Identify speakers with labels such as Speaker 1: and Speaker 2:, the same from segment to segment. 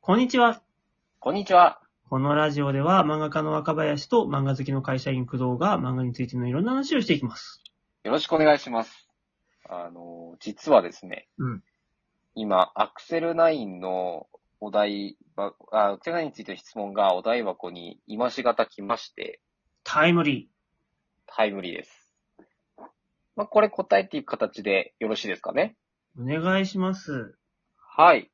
Speaker 1: こんにちは。
Speaker 2: こんにちは。
Speaker 1: このラジオでは漫画家の若林と漫画好きの会社員工藤が漫画についてのいろんな話をしていきます。
Speaker 2: よろしくお願いします。あの、実はですね、
Speaker 1: うん
Speaker 2: 今、アクセル9のお題ばあ、アクセル9についての質問がお題箱に今しがた来まして、
Speaker 1: タイムリ
Speaker 2: タイムリーです。まあ、これ答えていく形でよろしいですかね
Speaker 1: ー。お願いします。
Speaker 2: はい。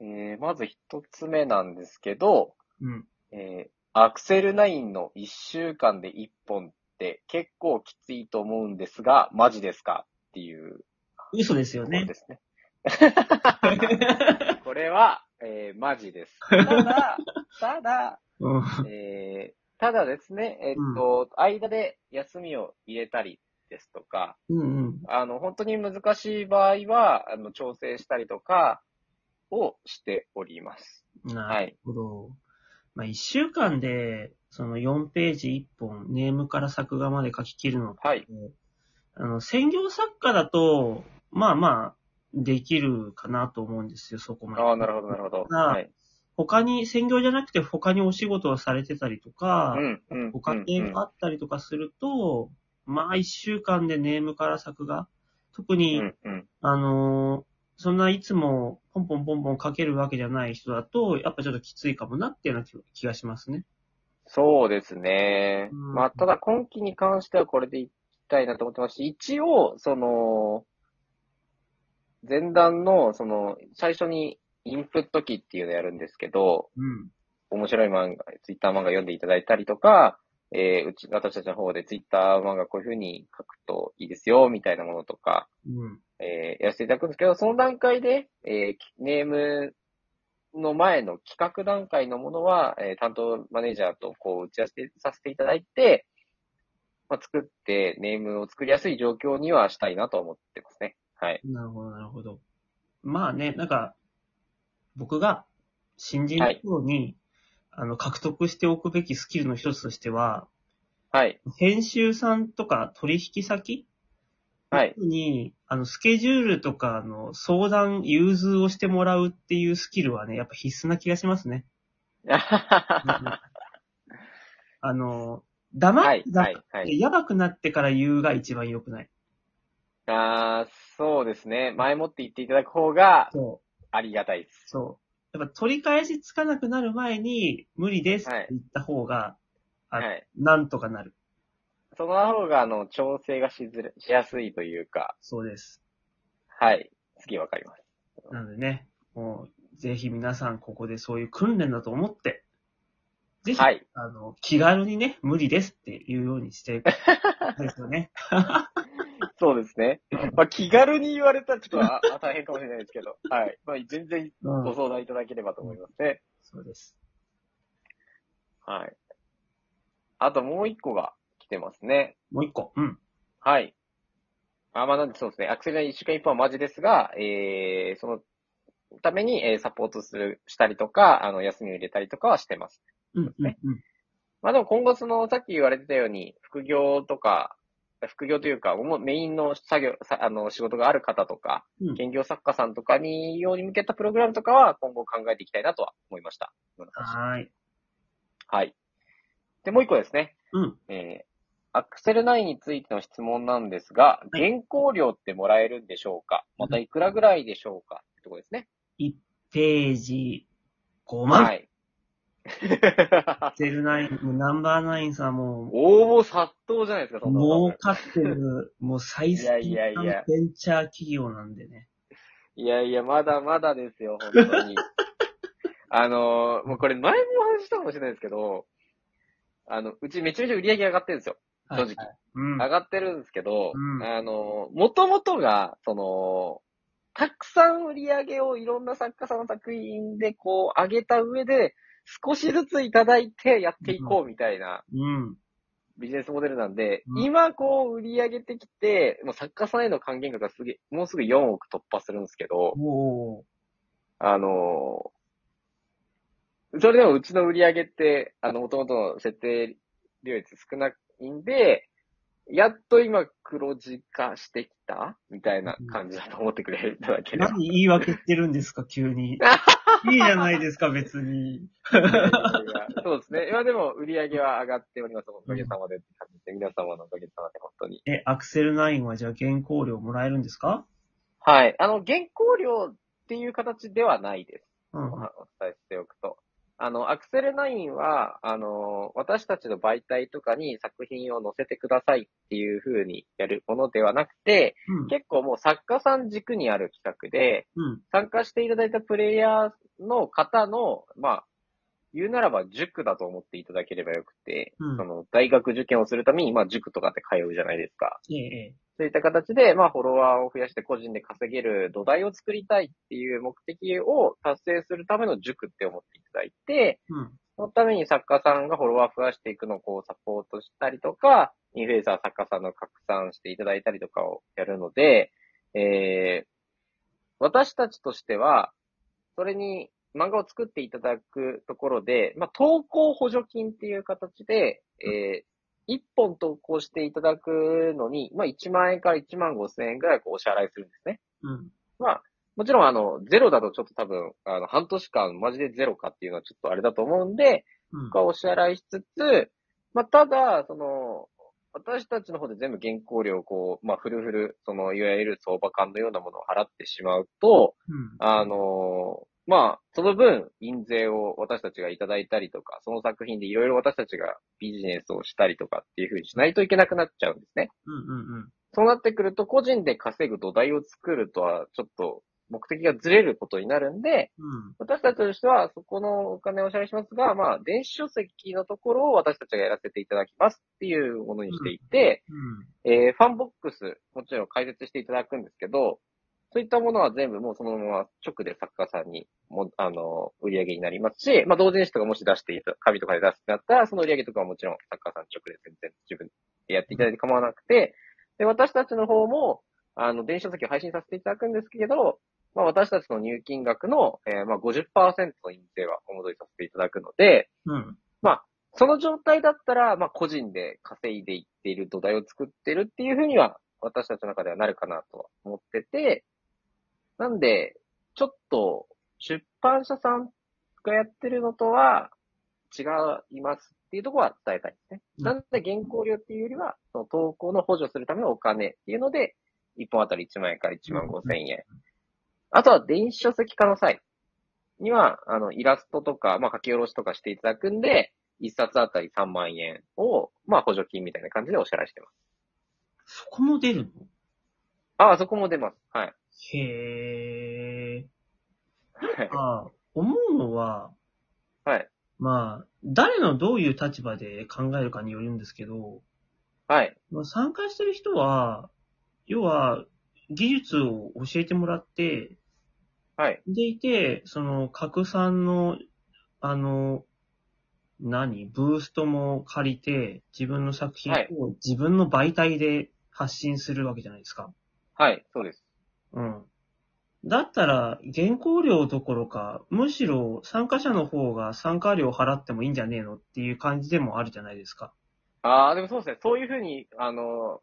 Speaker 2: えー、まず一つ目なんですけど、
Speaker 1: うん。
Speaker 2: えー、アクセル9の1週間で1本って結構きついと思うんですが、マジですかっていう
Speaker 1: 嘘ですよ
Speaker 2: ところ
Speaker 1: ね
Speaker 2: で。すね。これは、えーマジです。ただ、ただ、
Speaker 1: うん。
Speaker 2: えーただですね、えっと、間で休みを入れたりですとか、
Speaker 1: うんうん。
Speaker 2: あの、本当に難しい場合は、あの、調整したりとかをしております。
Speaker 1: な
Speaker 2: は
Speaker 1: る
Speaker 2: い。
Speaker 1: ほど。まあ、一週間で、その4ページ1本、ネームから作画まで書き切るのって
Speaker 2: はい。
Speaker 1: あの、専業作家だと、まあまあ、できるかなと思うんですよ、そこまで。
Speaker 2: ああ、なるほど、なるほど。
Speaker 1: な
Speaker 2: はい。
Speaker 1: 他に、専業じゃなくて他にお仕事をされてたりとか、
Speaker 2: うん、うん。
Speaker 1: ご家庭があったりとかすると、まあ一週間でネームから作画。特
Speaker 2: う
Speaker 1: に、
Speaker 2: ん、うん。
Speaker 1: あのーそんないつもポンポンポンポン書けるわけじゃない人だと、やっぱちょっときついかもなっていうような気気がしますね。
Speaker 2: そうですね。
Speaker 1: うん
Speaker 2: まあ、ただ今期に関してはこれでいきたいなと思ってますし、一応、その、前段の、その、最初にインプット期っていうのやるんですけど、
Speaker 1: うん。
Speaker 2: 面白い漫画、ツイッター漫画読んでいただいたりとか、えーうち、私たちの方でツイッター漫画こういう風に書くといいですよ、みたいなものとか、
Speaker 1: うん。
Speaker 2: えーやらせていただくんですけど、その段階で、えーきネームの前の企画段階のものは、えー担当マネージャーとこう打ち合わせさせていただいて、まあ、作って、ネームを作りやすい状況にはしたいなと思ってますね。はい。
Speaker 1: なるほど、なるほど。まあね、なんか、僕が新人の頃に、あの、獲得しておくべきスキルの一つとしては、
Speaker 2: はい。
Speaker 1: 編集さんとか取引先
Speaker 2: はい。
Speaker 1: に、あの、スケジュールとか、あの、相談、融通をしてもらうっていうスキルはね、やっぱ必須な気がします ね。
Speaker 2: は
Speaker 1: あの、
Speaker 2: い。
Speaker 1: 黙
Speaker 2: は
Speaker 1: っ
Speaker 2: い
Speaker 1: て、。黙っ
Speaker 2: はい。
Speaker 1: てやばくなってから言うが一番良くない。
Speaker 2: あーそうですね。前もって言っていただく方が
Speaker 1: そう。
Speaker 2: ありがたいです。
Speaker 1: そう。やっぱ取り返しつかなくなる前に、無理ですって言った方が、
Speaker 2: は
Speaker 1: あ
Speaker 2: い。
Speaker 1: なんとかなる。
Speaker 2: その方が、あの、調整がしづら、しやすいというか、
Speaker 1: そうです。
Speaker 2: はい。次わかります。
Speaker 1: なのでね、もう、ぜひ皆さんここでそういう訓練だと思って、ぜひ、
Speaker 2: はい。
Speaker 1: あの、気軽にね、無理ですっていうようにして、ですよ ね。
Speaker 2: そうですね。まあ、気軽に言われたらちょっとあ あ大変かもしれないですけど、はい。まあ、全然
Speaker 1: うん
Speaker 2: ご相談いただければと思いますね。
Speaker 1: そうです。
Speaker 2: はい。あともう一個が来てますね。
Speaker 1: もう一個。うん。
Speaker 2: はい。あ、まあ、なんでそうですね。アクセルの一週間一本はマジですが、えー、そのために、えーサポートする、したりとか、あの、休みを入れたりとかはしてます。
Speaker 1: うん、うん、
Speaker 2: まあでも今後その、さっき言われてたように、副業とか、副業というか、主メインの作業、さあの、仕事がある方とか、
Speaker 1: うん。
Speaker 2: 兼業作家さんとかに用に向けたプログラムとかは今後考えていきたいなとは思いました。
Speaker 1: はーい。
Speaker 2: はい。で、もう一個ですね。
Speaker 1: うん。
Speaker 2: えー、アクセル9についての質問なんですが、
Speaker 1: は
Speaker 2: 原稿料ってもらえるんでしょうかまたいくらぐらいでしょうかってとこですね。
Speaker 1: ページ5万。
Speaker 2: はい。
Speaker 1: セルナイン、もうナンバーナインさんも
Speaker 2: 応募殺到じゃないですか、
Speaker 1: う、
Speaker 2: そんなの
Speaker 1: 儲かってる、もう最先端
Speaker 2: いやいやいや
Speaker 1: ベンチャー企業なんでね。
Speaker 2: いやいや、まだまだですよ、本当 に。あのー、もうこれ前もお話ししたかもしれないですけど、あの、うちめちゃめちゃ売り上げ上がってるんですよ。正直。
Speaker 1: うん。
Speaker 2: 上がってるんですけど、
Speaker 1: うん
Speaker 2: あの、もともとが、その、たくさん売り上げをいろんな作家さんの作品でこう上げた上で、少しずついただいてやっていこうみたいな
Speaker 1: うん。
Speaker 2: ビジネスモデルなんで、
Speaker 1: うん
Speaker 2: 今こう売り上げてきて、もう作家さんへの還元額がすげえもうすぐ4億突破するんですけど、
Speaker 1: おー。
Speaker 2: あの、それでもうちの売り上げって、あの、元々の設定利用率少ないんで、やっと今黒字化してき たみたいな感じだと思ってくれるいただければ。
Speaker 1: 何言い訳言ってるんですか、急に。いいじゃないですか、別に。
Speaker 2: そうですね。今でも売り上げは上がっております。おかげさまでって感じで、皆様のおかげさまで本当に。
Speaker 1: え、アクセル9はじゃあ原稿料もらえるんですか
Speaker 2: はい。あの、原稿料っていう形ではないです。
Speaker 1: うん
Speaker 2: お。伝えしておくと。あの、アクセル9は、あの、私たちの媒体とかに作品を載せてくださいっていう風にやるものではなくて、
Speaker 1: うん
Speaker 2: 結構もう作家さん軸にある企画で、
Speaker 1: うん。
Speaker 2: 参加していただいたプレイヤーの方の、まあ、言うならば塾だと思っていただければよくて、
Speaker 1: うん
Speaker 2: その大学受験をするために、まあ塾とかって通うじゃないですか。
Speaker 1: ええ、
Speaker 2: そういった形で、まあフォロワーを増やして個人で稼げる土台を作りたいっていう目的を達成するための塾って思っていただいて、
Speaker 1: うん。
Speaker 2: そのために作家さんがフォロワー増やしていくのをこうサポートしたりとか、インフルエンサー作家さんの拡散していただいたりとかをやるので、えー、私たちとしては、それに漫画を作っていただくところで、まあ、投稿補助金っていう形で、えー、1本投稿していただくのに、まあ、1万円から1万5千円ぐらいこうお支払いするんですね。
Speaker 1: うん。
Speaker 2: もちろん、あの、ゼロだとちょっと多分、あの、半年間、マジでゼロかっていうのはちょっとあれだと思うんで、
Speaker 1: うん
Speaker 2: 僕。はお支払いしつつ、まあ、ただ、その、私たちの方で全部原稿料をこう、まあ、フルフル、その、いわゆる相場感のようなものを払ってしまうと、
Speaker 1: うん
Speaker 2: あの、まあ、その分、印税を私たちがいただいたりとか、その作品でいろいろ私たちがビジネスをしたりとかっていうふうにしないといけなくなっちゃうんですね。
Speaker 1: うん。うん。
Speaker 2: そうなってくると、個人で稼ぐ土台を作るとは、ちょっと目的がずれることになるんで、
Speaker 1: うん。
Speaker 2: 私たちとしては、そこのお金をお支払いしますが、まあ、電子書籍のところを私たちがやらせていただきますっていうものにしていて、
Speaker 1: うん。
Speaker 2: えーファンボックス、もちろん解説していただくんですけど、そういったものは全部もうそのまま直で作家さんにも、あの、売り上げになりますし、まあ、同人誌とかもし出していた、紙とかで出すってなったら、その売り上げとかはもちろん作家さん直で全然自分でやっていただいて構わなくて、で、私たちの方も、あの、電子書籍を配信させていただくんですけど、まあ、私たちの入金額の、えーまあ、50%の印税はお戻りさせていただくので、
Speaker 1: うん。
Speaker 2: その状態だったら、まあ、個人で稼いでいっている土台を作ってるっていうふうには、私たちの中ではなるかなとは思ってて、なんで、ちょっと、出版社さんがやってるのとは違いますっていうところは伝えたいですね。
Speaker 1: うん
Speaker 2: なんで原稿料っていうよりは、その投稿の補助するためのお金っていうので、1本あたり1万円から1万5千円。あとは電子書籍化の際には、あの、イラストとか、まあ、書き下ろしとかしていただくんで、一冊あたり3万円を、まあ、補助金みたいな感じでお支払いしてます。
Speaker 1: そこも出るの
Speaker 2: ああ、そこも出ます。はい。
Speaker 1: へえ。
Speaker 2: はい
Speaker 1: ああ、思うのは、
Speaker 2: はい。
Speaker 1: まあ、誰のどういう立場で考えるかによるんですけど、
Speaker 2: はい。
Speaker 1: まあ、参加してる人は、要は、技術を教えてもらって、
Speaker 2: はい。
Speaker 1: でいて、その、拡散の、あの、何ブーストも借りて、自分の作品
Speaker 2: はい
Speaker 1: を自分の媒体で発信するわけじゃないですか。
Speaker 2: はい。そうです。
Speaker 1: うん。だったら、原稿料どころか、むしろ参加者の方が参加料払ってもいいんじゃねえのっていう感じでもあるじゃないですか。
Speaker 2: ああ、でもそうですね。そういうふうに、あの、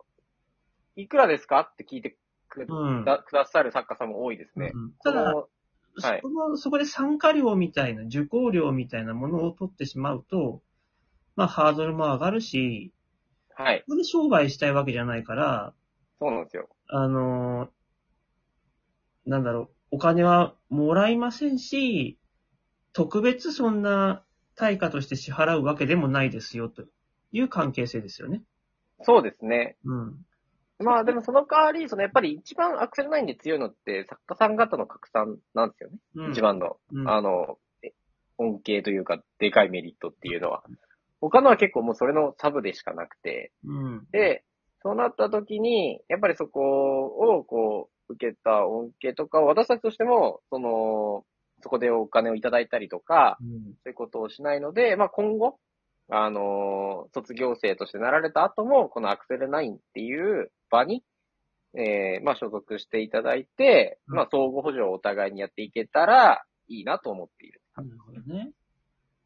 Speaker 2: いくらですかって聞いてく
Speaker 1: うん。
Speaker 2: だくださる作家さんも多いですね。
Speaker 1: うんただ、
Speaker 2: そ
Speaker 1: そ
Speaker 2: はい
Speaker 1: このそこで参加料みたいな、受講料みたいなものを取ってしまうと、まあ、ハードルも上がるし、
Speaker 2: のはい。
Speaker 1: ここで商売したいわけじゃないから、
Speaker 2: そうなんですよ。
Speaker 1: あのーなんだろう、お金はもらいませんし、特別そんな対価として支払うわけでもないですよ、という関係性ですよね。
Speaker 2: そうですね。
Speaker 1: うん。
Speaker 2: まあでもその代わり、そのやっぱり一番アクセル9で強いのって作家さん方の拡散なんですよね。
Speaker 1: うん、
Speaker 2: 一番の、
Speaker 1: うん、
Speaker 2: あの、え恩恵というか、でかいメリットっていうのは。他のは結構もうそれのサブでしかなくて。
Speaker 1: うん。
Speaker 2: で、そうなった時に、やっぱりそこをこう、受けた恩恵とかを私たちとしても、その、そこでお金をいただいたりとか、
Speaker 1: うん。
Speaker 2: そういうことをしないので、まあ、今後、あのー卒業生としてなられた後も、このアクセル9っていう場に、えーまあ、所属していただいて、
Speaker 1: うん
Speaker 2: まあ、相互補助をお互いにやっていけたらいいなと思っている。
Speaker 1: なるほどね。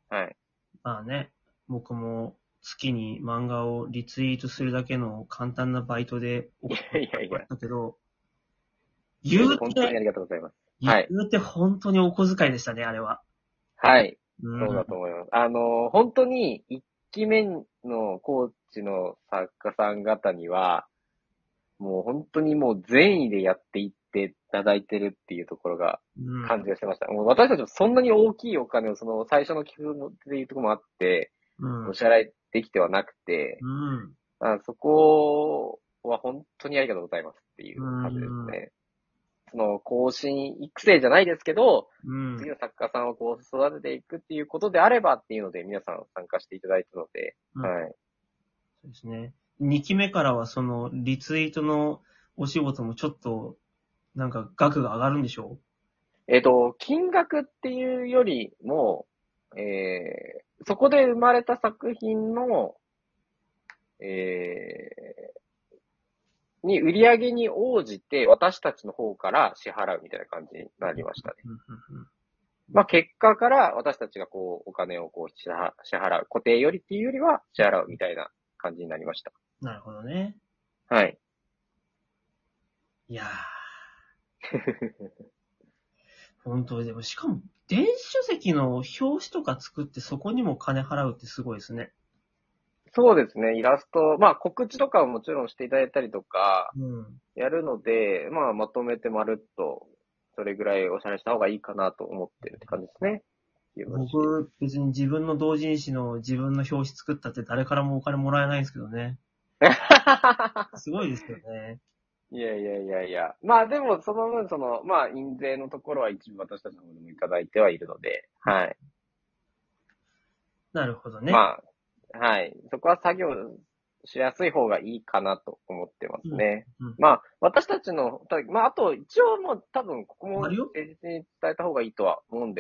Speaker 2: はい。
Speaker 1: まあね、僕も月に漫画をリツイートするだけの簡単なバイトで
Speaker 2: いやいやいや
Speaker 1: だけど、
Speaker 2: いや
Speaker 1: 言う
Speaker 2: 本当にあ
Speaker 1: て、
Speaker 2: りがとうございます。はい
Speaker 1: 言うて本当にお小遣いでしたね、あれは。
Speaker 2: はい。
Speaker 1: うん
Speaker 2: そうだと思います。あの、本当に、一期目のコーチの作家さん方には、もう本当にもう善意でやっていっていただいてるっていうところが
Speaker 1: うん
Speaker 2: 感じがしてました。もう私たちもそんなに大きいお金をその最初の寄付っていうところもあって、
Speaker 1: うん
Speaker 2: お支払いできてはなくて、
Speaker 1: うん。
Speaker 2: あそこは本当にありがとうございますっていう感じですね。その更新育成じゃないですけど、
Speaker 1: うん。
Speaker 2: 次の作家さんをこう育てていくっていうことであればっていうので、皆さん参加していただいたので、
Speaker 1: うん
Speaker 2: はい。
Speaker 1: そうですね。2期目からはそのリツイートのお仕事もちょっと、なんか額が上がるんでしょ
Speaker 2: えっ、と、金額っていうよりも、えー、そこで生まれた作品の、えー、に、売り上げに応じて私たちの方から支払うみたいな感じになりましたね。
Speaker 1: うんうん
Speaker 2: まあ、結果から私たちがこう、お金をこう支払、支払う。固定よりっていうよりは支払うみたいな感じになりました。
Speaker 1: うんなるほどね。
Speaker 2: はい。
Speaker 1: い やー。本当でも、しかも、電子書籍の表紙とか作ってそこにも金払うってすごいですね。
Speaker 2: そうですね、イラスト、まあ告知とかはもちろんしていただいたりとか、
Speaker 1: うん。
Speaker 2: やるので、まあまとめてまるっと、それぐらいおしゃれした方がいいかなと思ってるって感じですね。
Speaker 1: 僕、別に自分の同人誌の自分の表紙作ったって誰からもお金もらえないんですけど ね。すごいですよね。
Speaker 2: いやいやいやいや。まあでも、その分、その、まあ、印税のところは一部私たちの方でもいただいてはいるので、はい。
Speaker 1: なるほどね。
Speaker 2: まあ、はい。そこは作業しやすい方がいいかなと思ってますね。
Speaker 1: うんうん
Speaker 2: まあ、私たちの、たまあ、あと、一応もう多分、ここも
Speaker 1: ある
Speaker 2: 誠
Speaker 1: よ
Speaker 2: 実に伝えた方がいいとは思うんで